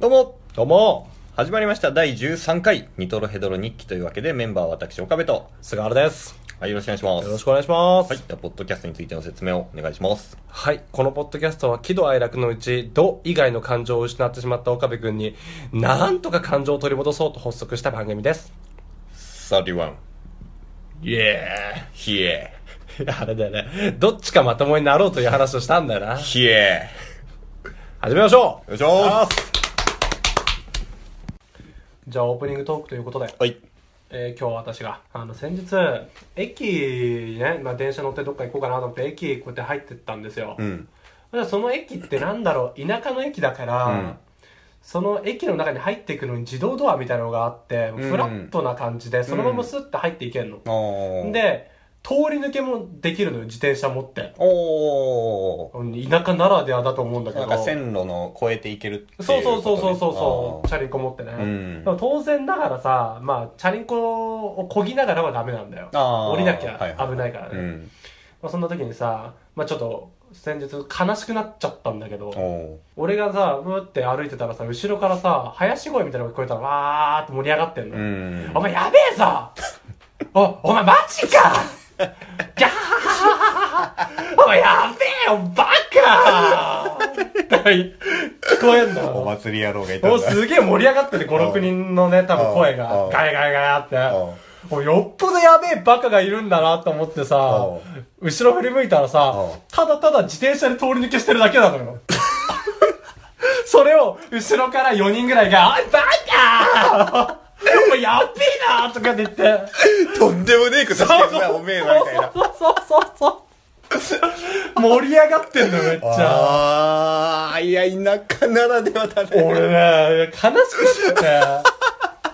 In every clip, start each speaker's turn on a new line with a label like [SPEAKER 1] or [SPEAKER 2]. [SPEAKER 1] どうも
[SPEAKER 2] どうも、
[SPEAKER 1] 始まりました第13回ニトロヘドロ日記というわけでメンバーは私岡部と
[SPEAKER 2] 菅原です。
[SPEAKER 1] はいよろしくお願いします
[SPEAKER 2] よろしくお願いします。
[SPEAKER 1] はいじゃあポッドキャストについての説明をお願いします
[SPEAKER 2] はい。このポッドキャストは、喜怒哀楽のうち、怒以外の感情を失ってしまった岡部君に、なんとか感情を取り戻そうと発足した番組です。
[SPEAKER 1] 31イエーヒエ
[SPEAKER 2] い やあれだよね。どっちかまともになろうという話をしたんだよな。
[SPEAKER 1] ーヒエ
[SPEAKER 2] 始めましょ
[SPEAKER 1] ーよいしょー
[SPEAKER 2] うじゃあ、オープニングトークということで、
[SPEAKER 1] はい
[SPEAKER 2] えー今日は私が、あの、先日、駅ね、まあ、電車乗ってどっか行こうかなと思って、駅こうやって入ってったんですよ。
[SPEAKER 1] うん
[SPEAKER 2] ただその駅ってなんだろう田舎の駅だから、
[SPEAKER 1] うん
[SPEAKER 2] その駅の中に入っていくのに自動ドアみたいなのがあって、
[SPEAKER 1] ん
[SPEAKER 2] フラットな感じでそのままスッて入っていけんの、
[SPEAKER 1] おー
[SPEAKER 2] で通り抜けもできるのよ自転車持って
[SPEAKER 1] お
[SPEAKER 2] 田舎ならではだと思うんだ
[SPEAKER 1] ー
[SPEAKER 2] け
[SPEAKER 1] な
[SPEAKER 2] ど
[SPEAKER 1] んか線路の越えていけるっていう
[SPEAKER 2] そうそうそうそうそう
[SPEAKER 1] こ
[SPEAKER 2] そ
[SPEAKER 1] と
[SPEAKER 2] うチ
[SPEAKER 1] ね
[SPEAKER 2] ャリンコ持ってね、
[SPEAKER 1] うん
[SPEAKER 2] でも当然ながらさまあチャリンコを漕ぎながらはダメなんだよ
[SPEAKER 1] あー
[SPEAKER 2] 降りなき
[SPEAKER 1] はい
[SPEAKER 2] ゃ
[SPEAKER 1] はい
[SPEAKER 2] 危ないからね、
[SPEAKER 1] うん
[SPEAKER 2] まあ、そんな時にさ、まあ、ちょっと先日悲しくなっちゃったんだけど
[SPEAKER 1] お
[SPEAKER 2] 俺がさ、ブーって歩いてたらさ、後ろからさ、林声みたいなのが聞こえたら、わーって盛り上がってんの。
[SPEAKER 1] ーうん
[SPEAKER 2] お前やべ えぞお、お前マジかギャーお前やべえよ、バ カって聞こえんだ
[SPEAKER 1] お
[SPEAKER 2] よ。
[SPEAKER 1] 祭り野郎がいた
[SPEAKER 2] お、
[SPEAKER 1] んだ
[SPEAKER 2] すげえ盛り上がってて、5、6人のね、多分声
[SPEAKER 1] お
[SPEAKER 2] が
[SPEAKER 1] う、
[SPEAKER 2] ガヤガヤガヤって
[SPEAKER 1] おう。
[SPEAKER 2] お、よっぽどやべえバカがいるんだなと思ってさ
[SPEAKER 1] お、
[SPEAKER 2] 後ろ振り向いたらさ
[SPEAKER 1] おう、
[SPEAKER 2] ただただ自転車で通り抜けしてるだけなのよ。 それを、後ろから4人ぐらいが、おい、バカー お前やっべえなーとかって言って。
[SPEAKER 1] とんでもねえことしてんなおめえらみたいな
[SPEAKER 2] そうそうそうそう。盛り上がってんのよめっちゃ。
[SPEAKER 1] ああ、いや、田舎ならではだね。
[SPEAKER 2] 俺ね、悲しくなっちゃっ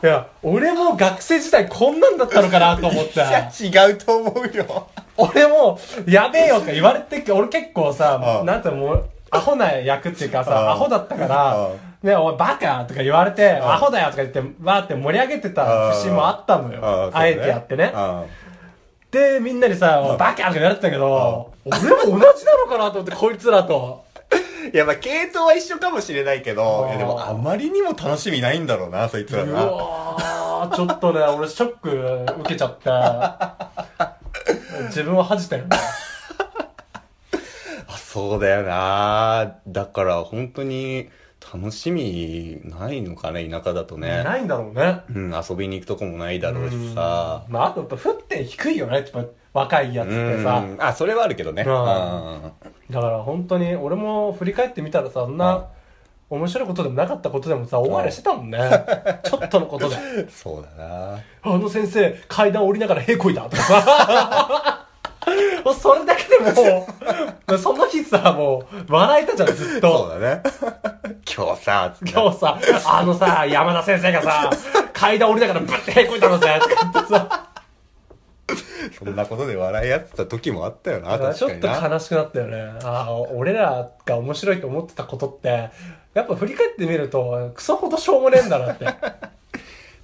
[SPEAKER 2] て。いや、俺も学生時代こんなんだったのかなと思って。
[SPEAKER 1] いや、違うと思うよ。
[SPEAKER 2] 俺も、やべえよとか言われてっけ俺結構さ
[SPEAKER 1] う、ん
[SPEAKER 2] なんてもう、アホな役っていうかさ、
[SPEAKER 1] うん
[SPEAKER 2] アホだったから
[SPEAKER 1] うん、
[SPEAKER 2] ね、お前バカとか言われて、アホだよとか言って、わーって盛り上げてた節もあったのよ。あえてやってね。で、みんなにさ、おいバカとか言われてたけど、俺も同じなのかなと思って、こいつらと。
[SPEAKER 1] いや、まあ、系統は一緒かもしれないけど
[SPEAKER 2] う、ん
[SPEAKER 1] いやでも、あまりにも楽しみないんだろうな、そいつら
[SPEAKER 2] う
[SPEAKER 1] な。
[SPEAKER 2] わー、ちょっとね、俺ショック受けちゃった。自分は恥じたよね。
[SPEAKER 1] あそうだよな。だから、本当に、楽しみないのかね、田舎だとね。
[SPEAKER 2] ないんだろうね。
[SPEAKER 1] うん、遊びに行くとこもないだろうしさ。
[SPEAKER 2] まあ、あとやっぱ、沸点低いよね、やっぱ若いやつっ
[SPEAKER 1] う
[SPEAKER 2] てさ。
[SPEAKER 1] ん。あ、それはあるけどね。
[SPEAKER 2] う
[SPEAKER 1] うんん。
[SPEAKER 2] だから本当に、俺も振り返ってみたらさ、そんな、面白いことでもなかったことでもさ、大笑いしてたもんね。 ちょっとのことで。
[SPEAKER 1] そうだな。
[SPEAKER 2] あの先生、階段降りながらへこいだとかさ。 もうそれだけでもう、 その日さ、もう、笑えたじゃん、ず
[SPEAKER 1] そ
[SPEAKER 2] っと。
[SPEAKER 1] うだね。 今日さ、つって
[SPEAKER 2] 今日さ、あのさ、山田先生がさ、階段降りながらブッてへこいたのさ、とか言ってさ。
[SPEAKER 1] そんなことで笑い合ってた時もあったよな、確かにな。
[SPEAKER 2] ちょっと悲しくなったよねああ俺らが面白いと思ってたことってやっぱ振り返ってみるとクソほどしょうもねえんだなってあ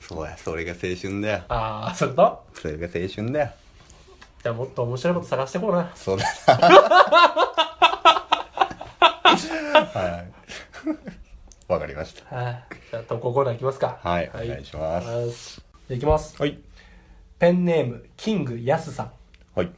[SPEAKER 1] そうや、それが青春だよ。
[SPEAKER 2] あそれと
[SPEAKER 1] それが青春だよ。
[SPEAKER 2] じゃあもっと面白いこと探してこうな
[SPEAKER 1] そうだな。はい。わかりました。
[SPEAKER 2] はいじゃあ投稿コーナーいきますか
[SPEAKER 1] はい、お願いしま
[SPEAKER 2] は
[SPEAKER 1] す。
[SPEAKER 2] いじゃあいきます
[SPEAKER 1] はい。
[SPEAKER 2] ペンネームキングヤスさん
[SPEAKER 1] はい。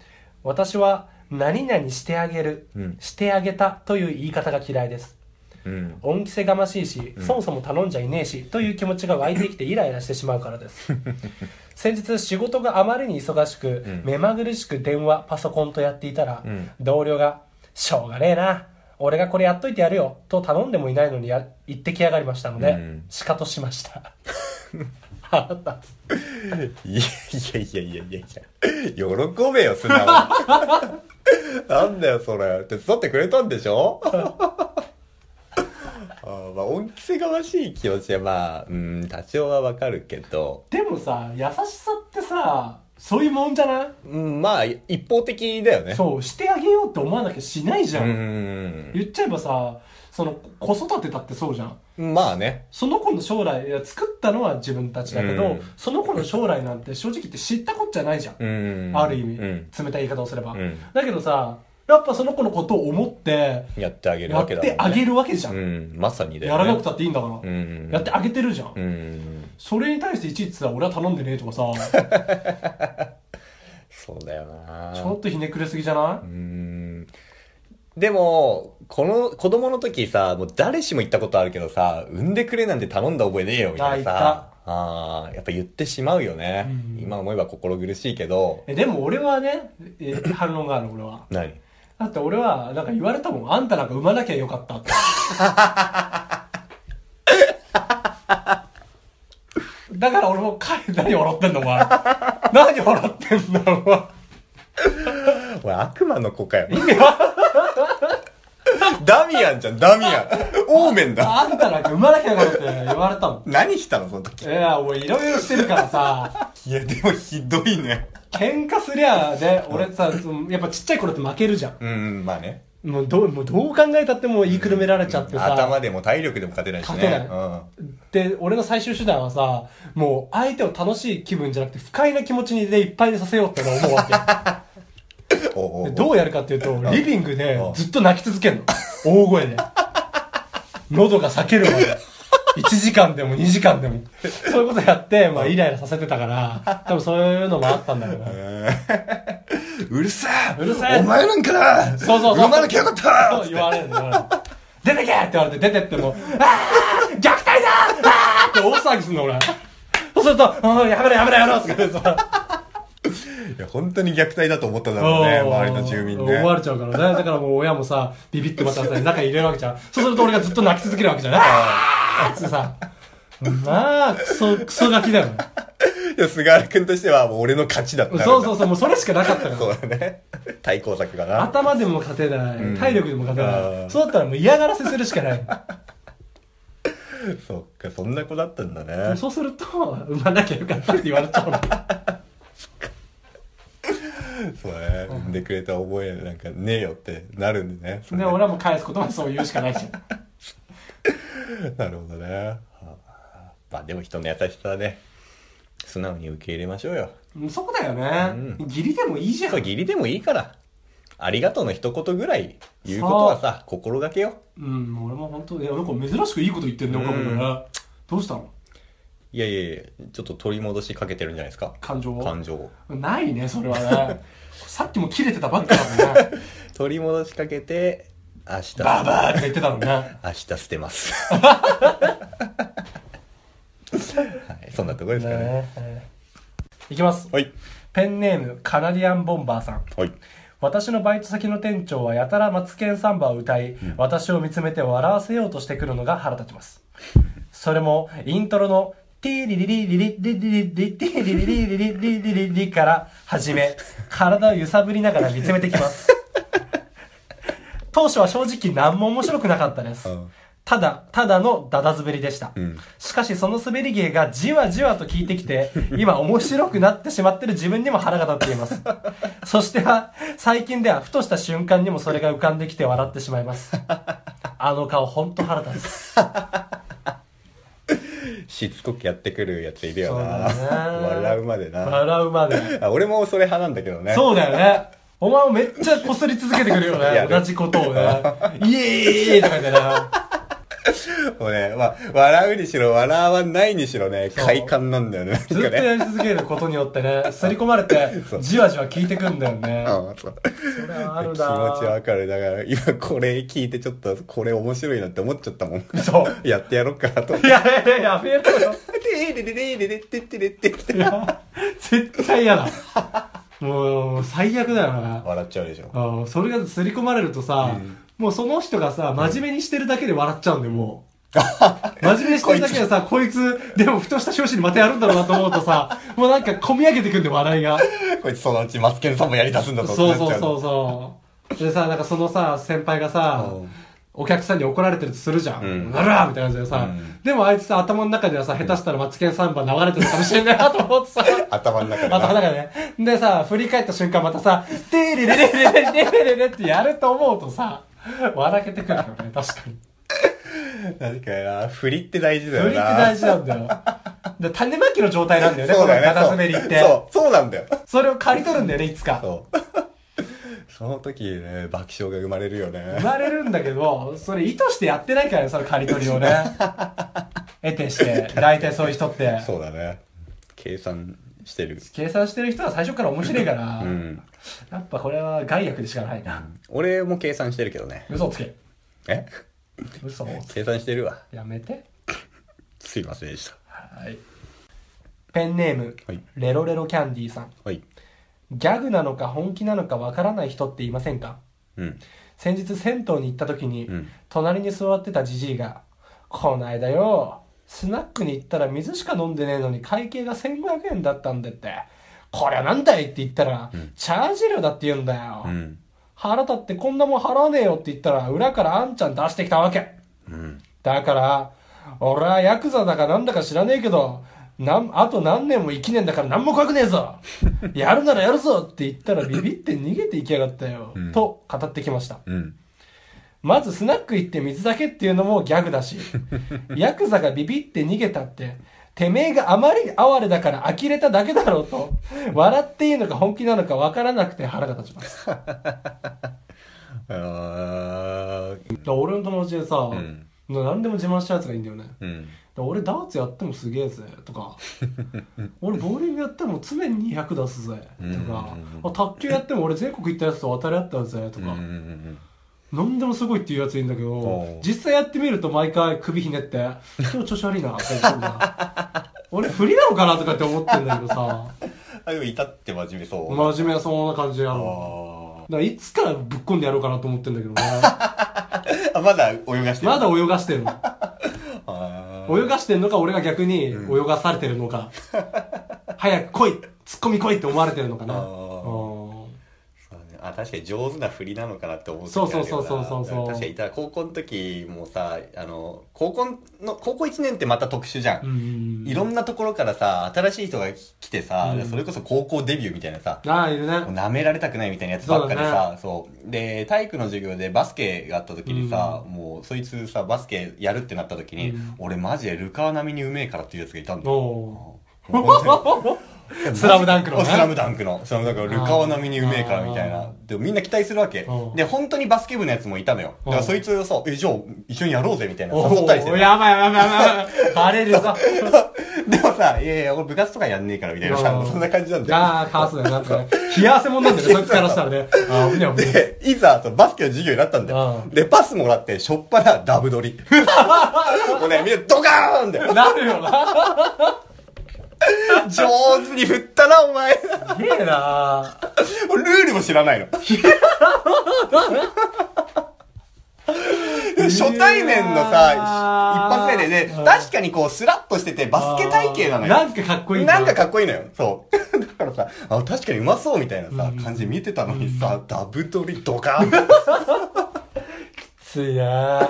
[SPEAKER 2] 私は何々してあげる、
[SPEAKER 1] うん
[SPEAKER 2] してあげたという言い方が嫌いです
[SPEAKER 1] うん。
[SPEAKER 2] 恩着せがましいし、そもそも頼んじゃいねえしという気持ちが湧いてきてイライラしてしまうからです 先日仕事があまりに忙しく、目まぐるしく電話パソコンとやっていたら、
[SPEAKER 1] ん
[SPEAKER 2] 同僚が「しょうがねえな俺がこれやっといてやるよ」と頼んでもいないのにや言ってきやがりましたので、
[SPEAKER 1] うん
[SPEAKER 2] シカトしました 腹立つ
[SPEAKER 1] いやいやいやいやいやいや。喜べよ、素直に。なんだよ、それ。手伝ってくれたんでしょあーまあ、恩着せがましい気持ちは、まあ、うん、多少はわかるけど、
[SPEAKER 2] でもさ優しさってさそういうもんじゃない、
[SPEAKER 1] うん、まあ、一方的だよね。
[SPEAKER 2] そうしてあげようって思わなきゃしないじゃん、
[SPEAKER 1] ん。
[SPEAKER 2] 言っちゃえばさその子育てだってそうじゃん
[SPEAKER 1] まあね。
[SPEAKER 2] その子の将来いや作ったのは自分たちだけど、
[SPEAKER 1] うん
[SPEAKER 2] その子の将来なんて正直言って知ったこっちゃないじゃん、
[SPEAKER 1] うん。
[SPEAKER 2] ある意味、
[SPEAKER 1] うん。
[SPEAKER 2] 冷たい言い方をすれば、
[SPEAKER 1] うん
[SPEAKER 2] だけどさやっぱその子のことを思って、
[SPEAKER 1] やってあげる
[SPEAKER 2] や
[SPEAKER 1] わ
[SPEAKER 2] っ
[SPEAKER 1] けだ
[SPEAKER 2] てあげ
[SPEAKER 1] る。
[SPEAKER 2] るわけじゃん。
[SPEAKER 1] うん、まさにだよ
[SPEAKER 2] や
[SPEAKER 1] ね。
[SPEAKER 2] らなくたっていいんだから。
[SPEAKER 1] うん。
[SPEAKER 2] やってあげてるじゃん。
[SPEAKER 1] うん。
[SPEAKER 2] それに対していちいちさ、俺は頼んでねえとかさ、
[SPEAKER 1] そうだよな
[SPEAKER 2] ちょっとひねくれすぎじゃな
[SPEAKER 1] う
[SPEAKER 2] い
[SPEAKER 1] ん。でも、この、子供の時さ、もう誰しも言ったことあるけどさ、産んでくれなんて頼んだ覚えねえよ、みたいな
[SPEAKER 2] あ
[SPEAKER 1] さ。ああ、やっぱ言ってしまうよね
[SPEAKER 2] うん。
[SPEAKER 1] 今思えば心苦しいけど。
[SPEAKER 2] えでも俺はね、え反論がある俺は。
[SPEAKER 1] 何
[SPEAKER 2] だって俺は、なんか言われたもん。あんたなんか産まなきゃよかったって。だから俺も彼、何笑ってんのお前。何笑ってんだお前。
[SPEAKER 1] 俺、悪魔の子かよ。 ダミアンじゃん、ダミアン。オーメンだ。
[SPEAKER 2] あんたなんか産まなきゃよかったって言われたもん。
[SPEAKER 1] 何したの、その時。
[SPEAKER 2] いや、俺いろいろしてるからさ、
[SPEAKER 1] いや、でもひどいね。
[SPEAKER 2] 喧嘩すりゃね、俺さ、そのやっぱちっちゃい頃って負けるじゃん。
[SPEAKER 1] うん、まあね。
[SPEAKER 2] もうどう、もうどう考えたってもう言いくるめられちゃってさ。
[SPEAKER 1] 頭でも体力でも勝てないしね。
[SPEAKER 2] 勝てなで、俺の最終手段はさ、もう相手を楽しい気分じゃなくて不快な気持ちにでいっぱいにさせようって俺は思うわ
[SPEAKER 1] うん。おうおう
[SPEAKER 2] け。でどうやるかっていうと、リビングで
[SPEAKER 1] うん
[SPEAKER 2] ずっと泣き続けるの。大声で。喉が裂けるまで。1時間でも2時間でも。そういうことやって、まあイライラさせてたから、多分そういうのもあったんだろうな。
[SPEAKER 1] うるせえ
[SPEAKER 2] うるせえ
[SPEAKER 1] お前なんかな
[SPEAKER 2] そうそうそう
[SPEAKER 1] 産まなきゃよかった
[SPEAKER 2] そう言われるの言われるの出てけって言われて出てっても、あー虐待だーあーって大騒ぎすんの俺。そうすると、うんやめろやめろやめろって言ってさ。
[SPEAKER 1] いや、本当に虐待だと思っただろうね、
[SPEAKER 2] うん
[SPEAKER 1] 周りの住民
[SPEAKER 2] 思わ
[SPEAKER 1] ね。
[SPEAKER 2] れちゃうからね。 だからもう親もさ、ビビってまたさ、中に入れるわけじゃん。そうすると俺がずっと泣き続けるわけじ ゃん。あーっつってさ。まあ、クソ、クソガキだよね。
[SPEAKER 1] いや、菅原君としては、もう俺の勝ちだったから。
[SPEAKER 2] そうそうそう、もうそれしかなかったか
[SPEAKER 1] そ
[SPEAKER 2] ら。
[SPEAKER 1] うだね。対抗策かな。
[SPEAKER 2] 頭でも勝てない。体力でも勝て
[SPEAKER 1] う
[SPEAKER 2] ない。
[SPEAKER 1] ん
[SPEAKER 2] そうだったらもう嫌がらせするしかない。
[SPEAKER 1] そっか、そんな子だったんだね。
[SPEAKER 2] そうすると、産まなきゃよかったって言われちゃうの。
[SPEAKER 1] そうね。産んでくれた覚えなんかねえよってなるんでね。それ
[SPEAKER 2] で、
[SPEAKER 1] ね
[SPEAKER 2] 俺はもう返すことはそう言うしかないじゃん。
[SPEAKER 1] なるほどね。はあまあでも人の優しさはね、素直に受け入れましょうよ。
[SPEAKER 2] うんそこだよね。義理でもいいじゃん
[SPEAKER 1] そう、。義理でもいいから、ありがとうの一言ぐらい言うことはさ、心がけよ。
[SPEAKER 2] うん、もう俺も本当いや、なんか珍しくいいこと言ってんね、岡本ね。どうしたの
[SPEAKER 1] いやいやいや、ちょっと取り戻しかけてるんじゃないですか。
[SPEAKER 2] 感情を
[SPEAKER 1] 感情を。
[SPEAKER 2] ないね、それはね。 さっきも切れてたばっ かだもんね。
[SPEAKER 1] 取り戻しかけて、明日、
[SPEAKER 2] ババーって言ってたのね。
[SPEAKER 1] 明日捨てます。はい、そんなところですかね。
[SPEAKER 2] いきます。
[SPEAKER 1] はい。
[SPEAKER 2] ペンネーム、カナディアンボンバーさん。
[SPEAKER 1] はい。
[SPEAKER 2] 私のバイト先の店長はやたらマツケンサンバを歌い、私を見つめて笑わせようとしてくるのが腹立ちます。それも、イントロの、ティリリリリリリリリリティリリリリリリリリリから始め、体を揺さぶりながら見つめてきます。当初は正直何も面白くなかったです
[SPEAKER 1] うん。
[SPEAKER 2] ただ、ただのダダ滑りでした。
[SPEAKER 1] ん
[SPEAKER 2] しかしその滑り芸がじわじわと効いてきて、今面白くなってしまってる自分にも腹が立っています。そしては、最近ではふとした瞬間にもそれが浮かんできて笑ってしまいます。あの顔ほんと腹立つ。
[SPEAKER 1] しつこくやってくるやついるよな。
[SPEAKER 2] そうだね
[SPEAKER 1] 笑うまでな。
[SPEAKER 2] 笑うまで。
[SPEAKER 1] あ俺もそれ派なんだけどね。
[SPEAKER 2] そうだよね。お前もめっちゃ擦り続けてくるよ
[SPEAKER 1] いや
[SPEAKER 2] ね。同じこと をね。イエーイとか言ってね。
[SPEAKER 1] もうね、まあ、笑うにしろ、笑わないにしろね、
[SPEAKER 2] う
[SPEAKER 1] 快感なんだよね。
[SPEAKER 2] ずっとやり続けることによってね、刷り込まれて、じわじわ効いてくんだよね。
[SPEAKER 1] なんかねうんそう
[SPEAKER 2] それは
[SPEAKER 1] 気
[SPEAKER 2] ある
[SPEAKER 1] 持ち
[SPEAKER 2] な
[SPEAKER 1] わかる。だから、今これ聞いてちょっと、これ面白いなって思っちゃったもん。
[SPEAKER 2] そう。
[SPEAKER 1] やってやろうかなと。
[SPEAKER 2] いやいやいや、やめろよ。
[SPEAKER 1] てれれれれれってってれってって
[SPEAKER 2] いや絶対嫌だ。もう、最悪だよな。
[SPEAKER 1] 笑っちゃうでしょ。
[SPEAKER 2] あーそれが刷り込まれるとさ、もうその人がさ、真面目にしてるだけで笑っちゃうんだよ、も う。真面目にしてるだけでさ、こいつ、でもふとした拍子にまたやるんだろうなと思うとさ、もうなんか込み上げてくんで笑いが。
[SPEAKER 1] こいつそのうちマツケンさんもやり出すんだぞって
[SPEAKER 2] そう
[SPEAKER 1] なっちゃ
[SPEAKER 2] そうそう
[SPEAKER 1] う。
[SPEAKER 2] そう。でさ、なんかそのさ、先輩がさ
[SPEAKER 1] うん、
[SPEAKER 2] お客さんに怒られてるとするじゃん。
[SPEAKER 1] うん
[SPEAKER 2] ならーみたいな感じでさ、
[SPEAKER 1] うん
[SPEAKER 2] でもあいつさ、頭の中ではさ、下手したらマツケンサンバ流れてるかもしれないなと思ってさ、
[SPEAKER 1] 頭の中でな。
[SPEAKER 2] 頭の中でね。でさ、振り返った瞬間またさ、てーれれれれれれれれれってやると思うとさ、笑けてくるよね、確かに。
[SPEAKER 1] 確かにな。振りって大事だよな。
[SPEAKER 2] 振りって大事なんだよ。で種まきの状態なんだよね、
[SPEAKER 1] そうだよね。
[SPEAKER 2] この片滑りって。
[SPEAKER 1] そう、そうそうなんだよ。
[SPEAKER 2] それを刈り取るんだよね、いつか。
[SPEAKER 1] そう。その時ね、爆笑が生まれるよ
[SPEAKER 2] 言
[SPEAKER 1] ね。
[SPEAKER 2] われるんだけど、それ意図してやってないからね、その刈り取りをね。得てして、大体そういう人って。
[SPEAKER 1] そうだね。計算してる。
[SPEAKER 2] 計算してる人は最初から面白いから、
[SPEAKER 1] うん。
[SPEAKER 2] やっぱこれは害悪でしかないな。
[SPEAKER 1] 俺も計算してるけどね。
[SPEAKER 2] 嘘をつけ。
[SPEAKER 1] え
[SPEAKER 2] 嘘をつ
[SPEAKER 1] 計算してるわ。
[SPEAKER 2] け。やめて。
[SPEAKER 1] すいませんでした。
[SPEAKER 2] はい。ペンネーム、
[SPEAKER 1] はい
[SPEAKER 2] レロレロキャンディーさん。
[SPEAKER 1] はい。
[SPEAKER 2] ギャグなのか本気なのかわからない人っていませんか
[SPEAKER 1] うん。
[SPEAKER 2] 先日銭湯に行った時に、
[SPEAKER 1] うん
[SPEAKER 2] 隣に座ってたじじいが「こないだよスナックに行ったら水しか飲んでねえのに会計が1500円だったんで」って「こりゃなんだい?」って言ったら、チャージ料だって言うんだよ、
[SPEAKER 1] うん。
[SPEAKER 2] 腹立ってこんなもん払わねえよって言ったら裏からあんちゃん出してきたわけ
[SPEAKER 1] うん。
[SPEAKER 2] だから俺はヤクザだかなんだか知らねえけどなんあと何年も生きねえんだから何も怖くねえ ぞやるならやるぞって言ったらビビって逃げていきやがったよ、
[SPEAKER 1] うん
[SPEAKER 2] と語ってきました
[SPEAKER 1] うん。
[SPEAKER 2] まずスナック行って水だけっていうのもギャグ だし、ヤクザがビビって逃げたって、てめえがあまりに哀れだから呆れただけだろうと、笑っていいのか本気なのか分からなくて腹が立ちます。
[SPEAKER 1] あー
[SPEAKER 2] 俺の友達でさ、
[SPEAKER 1] ん
[SPEAKER 2] 何でも自慢したやつがいいんだよね。
[SPEAKER 1] うん。
[SPEAKER 2] 俺ダーツやってもすげえぜとか 俺ボーリングやっても常に200出すぜと
[SPEAKER 1] うんうん
[SPEAKER 2] か、あ卓球やっても俺全国行ったやつと渡り合ったぜと
[SPEAKER 1] うん。
[SPEAKER 2] か、
[SPEAKER 1] うんうん
[SPEAKER 2] 何でもすごいっていうやついいんだけ
[SPEAKER 1] お
[SPEAKER 2] ど
[SPEAKER 1] う、
[SPEAKER 2] 実際やってみると毎回首ひねって、今日調子悪いな、って言ってんだ俺不利な のかなとかって思ってんだけど さ、
[SPEAKER 1] あ、でも至って真面目そう。
[SPEAKER 2] 真面目なそんな感じや
[SPEAKER 1] あ
[SPEAKER 2] ろ。
[SPEAKER 1] ー
[SPEAKER 2] だからいつからぶっ込んでやろうかなと思ってんだけどね。
[SPEAKER 1] あ、まだ泳がしてる。
[SPEAKER 2] まだ泳がしてるの。
[SPEAKER 1] あー
[SPEAKER 2] 泳がしてんのか俺が逆に泳がされてる のか。早く来い突っ込み来いって思われてるのかな。
[SPEAKER 1] あ
[SPEAKER 2] う
[SPEAKER 1] ー
[SPEAKER 2] ん
[SPEAKER 1] そうねあ確かに上手な振りなのかなって思う時
[SPEAKER 2] そうそう
[SPEAKER 1] あるよな
[SPEAKER 2] そうそうそうそう
[SPEAKER 1] 確かにただ高校の時もさあの高校の高校1年ってまた特殊じゃん、
[SPEAKER 2] うん
[SPEAKER 1] いろんなところからさ新しい人が来てさ、
[SPEAKER 2] うん
[SPEAKER 1] それこそ高校デビューみたいなさ
[SPEAKER 2] ああ、いるね。
[SPEAKER 1] なめられたくないみたいなやつばっかでさそう,、で体育の授業でバスケがあった時にさ、もうそいつさバスケやるってなった時に、
[SPEAKER 2] うん
[SPEAKER 1] 俺マジでルカワ並みにうめえからっていうやつがいたんだよ
[SPEAKER 2] お
[SPEAKER 1] もう本当に
[SPEAKER 2] う スラムダンクのね
[SPEAKER 1] スラムダンクの。その、だから、ルカオ並みにうめえからみたい
[SPEAKER 2] あ
[SPEAKER 1] な。で、みんな期待するわけ
[SPEAKER 2] うん。
[SPEAKER 1] で、本当にバスケ部のやつもいたのよ。だから、
[SPEAKER 2] うん
[SPEAKER 1] そいつをさ、え、じゃあ、一緒にやろうぜみたいな。
[SPEAKER 2] お
[SPEAKER 1] 誘ったりして
[SPEAKER 2] お
[SPEAKER 1] ね。
[SPEAKER 2] やばいやばいやばいやばい。バレるぞ。
[SPEAKER 1] でもさ、いやいや、俺部活とかやんねえからみたいな
[SPEAKER 2] う
[SPEAKER 1] さ
[SPEAKER 2] ん、
[SPEAKER 1] そんな感じなんだよ。
[SPEAKER 2] ああ、カースだよ、なんかね。冷や汗もんなんだ よね、そいつからしたらね。ああ、危ない危ない。
[SPEAKER 1] で、いざ、そのバスケの授業になったんだよ
[SPEAKER 2] う。
[SPEAKER 1] で、パスもらって、しょっぱなダブ取 り。もうね、みんなドカーンだよ。
[SPEAKER 2] なる よな。
[SPEAKER 1] 上手に振ったな、お前。
[SPEAKER 2] すげえな。
[SPEAKER 1] 俺ルールも知ら ないの。初対面のさ、一発目でね、
[SPEAKER 2] うん
[SPEAKER 1] 確かにこう、スラッとしてて、バスケ体型なのよ。
[SPEAKER 2] なんかかっこいいんだ
[SPEAKER 1] なんかかっこいいのよ。そう。 だからさ、あ確かにうまそうみたいなさ
[SPEAKER 2] うん、
[SPEAKER 1] 感じで見てたのにさ、ダブ取りドカ ーン。
[SPEAKER 2] ついな。や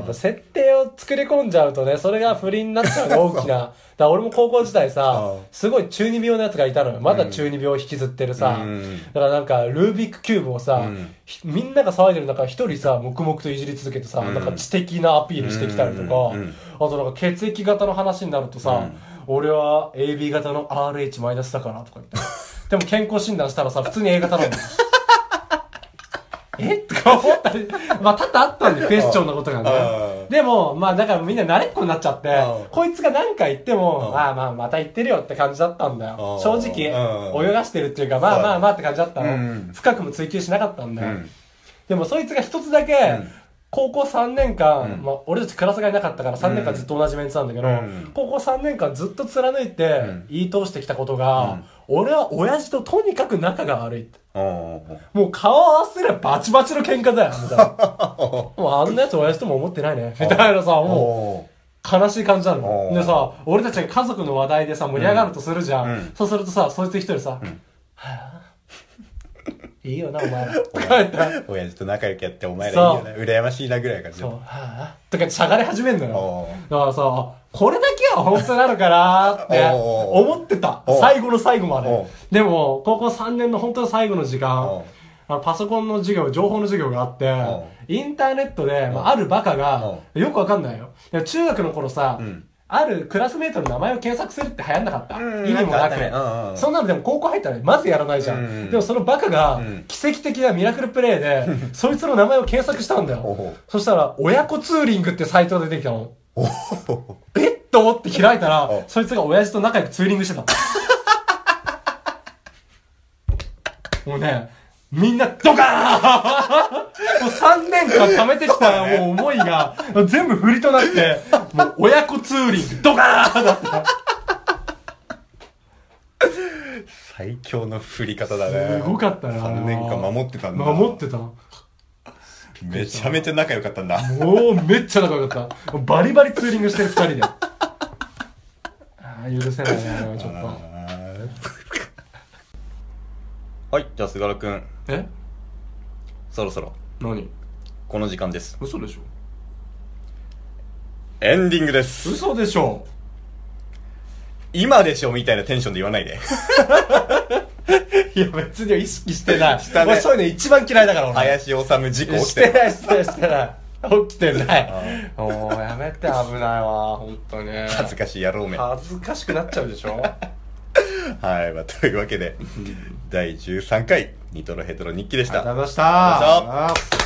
[SPEAKER 2] っぱ設定を作り込んじゃうとね、それが不倫になっ ちゃうのが大きな。だから俺も高校時代さ
[SPEAKER 1] うん、
[SPEAKER 2] すごい中二病のやつがいたのよ。まだ中二病を引きずってるさ。
[SPEAKER 1] うん
[SPEAKER 2] だからなんか、ルービックキューブをさ
[SPEAKER 1] うん、
[SPEAKER 2] ひみんなが騒いでる中、一人さ、黙々といじり続けてさ、
[SPEAKER 1] ん
[SPEAKER 2] なんか知的なアピールしてきたりと
[SPEAKER 1] う
[SPEAKER 2] か
[SPEAKER 1] ん、
[SPEAKER 2] あとなんか血液型の話になるとさ、俺は AB 型の RH マイナスだからとか言って。でも健康診断したらさ、普通に A 型なのよ。えとか思ったり、まあ多々あったんで、クエスチョンのことが
[SPEAKER 1] う
[SPEAKER 2] ね
[SPEAKER 1] ん。
[SPEAKER 2] でも、まあだからみんな慣れっこになっちゃって
[SPEAKER 1] うん、
[SPEAKER 2] こいつが何か言って
[SPEAKER 1] う
[SPEAKER 2] も、
[SPEAKER 1] ん
[SPEAKER 2] まあまあまた言ってるよって感じだったんだよ。
[SPEAKER 1] う
[SPEAKER 2] 正
[SPEAKER 1] ん
[SPEAKER 2] 直、
[SPEAKER 1] うん
[SPEAKER 2] 泳がしてるっていうか、まあまあまあって感じだった
[SPEAKER 1] う
[SPEAKER 2] の
[SPEAKER 1] ん。
[SPEAKER 2] 深くも追求しなかったんだ
[SPEAKER 1] う
[SPEAKER 2] よ
[SPEAKER 1] ん。
[SPEAKER 2] でもそいつが一つだけ
[SPEAKER 1] ん、
[SPEAKER 2] 高校3年間、まあ俺たちクラスがいなかったから3年間ずっと同じメンツなんだけど
[SPEAKER 1] うん、
[SPEAKER 2] 高校3年間ずっと貫いて
[SPEAKER 1] ん
[SPEAKER 2] 言い通してきたことが、俺は親父ととにかく仲が悪いって。
[SPEAKER 1] うん
[SPEAKER 2] もう顔合わせりゃバチバチの喧嘩だよ、みたいな。 もうあんなやつ親父とも思ってないね、みたいなさ、もう
[SPEAKER 1] お
[SPEAKER 2] 悲しい感じなの
[SPEAKER 1] お。ー
[SPEAKER 2] でさ、俺たちが家族の話題でさ、盛り上がるとするじゃん。
[SPEAKER 1] うんうん
[SPEAKER 2] そうするとさ、そいつ一人さ、はぁ、いいよな、お前ら。と か言って、
[SPEAKER 1] ー親父と仲良くやって、お前らいいよな。羨ましいなぐらいが。
[SPEAKER 2] そう、はぁとかしゃがれ始めんのよ
[SPEAKER 1] お。
[SPEAKER 2] だからさ、これだけは本当なのかなーって
[SPEAKER 1] おー
[SPEAKER 2] 思ってた。
[SPEAKER 1] おー
[SPEAKER 2] 最後の最後まで
[SPEAKER 1] おー。
[SPEAKER 2] でも、高校3年の本当の最後の時間
[SPEAKER 1] おー、
[SPEAKER 2] あのパソコンの授業、情報の授業があって
[SPEAKER 1] お、
[SPEAKER 2] インターネットで、まあ、あるバカが、よくわかんないよ。でも中学の頃さ、
[SPEAKER 1] ん
[SPEAKER 2] あるクラスメートの名前を検索するって流行んなかった。
[SPEAKER 1] うん
[SPEAKER 2] 意味も
[SPEAKER 1] なんかあった
[SPEAKER 2] なく、
[SPEAKER 1] ねうんうん
[SPEAKER 2] そんなのでも高校入ったらまずやらないじゃん。
[SPEAKER 1] うん
[SPEAKER 2] でもそのバカが
[SPEAKER 1] ん
[SPEAKER 2] 奇跡的なミラクルプレイで、そいつの名前を検索したんだ
[SPEAKER 1] ほう
[SPEAKER 2] よ
[SPEAKER 1] ほう。
[SPEAKER 2] そしたら、親子ツーリングってサイトが出てきたの。
[SPEAKER 1] おー
[SPEAKER 2] えっと思って開いたら
[SPEAKER 1] お、
[SPEAKER 2] そいつが親父と仲良くツーリングしてたの。もうね、みんなドカーンもう3年間貯めてきたもう思いが、全部振りとなって、もう親子ツーリング、ドカーンだった。
[SPEAKER 1] 最強の振り方だね。
[SPEAKER 2] すごかったな。
[SPEAKER 1] 3年間守ってたんだ。
[SPEAKER 2] 守ってた。も
[SPEAKER 1] めちゃめちゃ仲良かったんだ。
[SPEAKER 2] うめっちゃ仲良かった。バリバリツーリングしてる2人で。ああ、許せないな、ちょっと。
[SPEAKER 1] はい、じゃあ、菅原くん、
[SPEAKER 2] え
[SPEAKER 1] そろそろ、
[SPEAKER 2] 何
[SPEAKER 1] この時間です。
[SPEAKER 2] 嘘でしょ
[SPEAKER 1] エンディングです。
[SPEAKER 2] 嘘でしょ
[SPEAKER 1] 今でしょみたいなテンションで言わないで。
[SPEAKER 2] いや、別に意識してない。
[SPEAKER 1] したね
[SPEAKER 2] 俺そういうの一番嫌いだから、俺。
[SPEAKER 1] 林修事故起き
[SPEAKER 2] してて
[SPEAKER 1] る。
[SPEAKER 2] ない、してない、してない。起きてない。もうやめて、危ないわ、本当に。
[SPEAKER 1] 恥ずかしい野郎め。は
[SPEAKER 2] 恥ずかしくなっちゃうで しょ
[SPEAKER 1] い、まあ、というわけで、第13回、ニトロヘトロ日記でし
[SPEAKER 2] あり
[SPEAKER 1] た
[SPEAKER 2] がとう。ございまし
[SPEAKER 1] ありがとうござい
[SPEAKER 2] た。